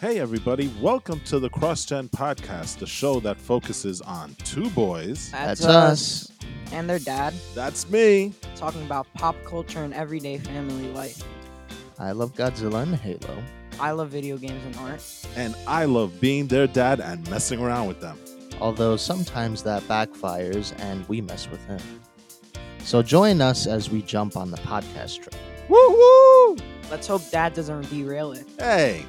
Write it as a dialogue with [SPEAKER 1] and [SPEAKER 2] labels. [SPEAKER 1] Hey, everybody, welcome to the CrossGen Podcast, the show that focuses on two boys.
[SPEAKER 2] That's, us. And their dad
[SPEAKER 1] That's me.
[SPEAKER 2] talking about pop culture and everyday family life.
[SPEAKER 3] I love Godzilla and Halo.
[SPEAKER 2] I love video games and art.
[SPEAKER 1] And I love being their dad and messing around with them.
[SPEAKER 3] Although sometimes that backfires and we mess with him. So join us as we jump on the podcast trip.
[SPEAKER 1] Woo woo!
[SPEAKER 2] Let's hope dad doesn't derail it.
[SPEAKER 1] Hey,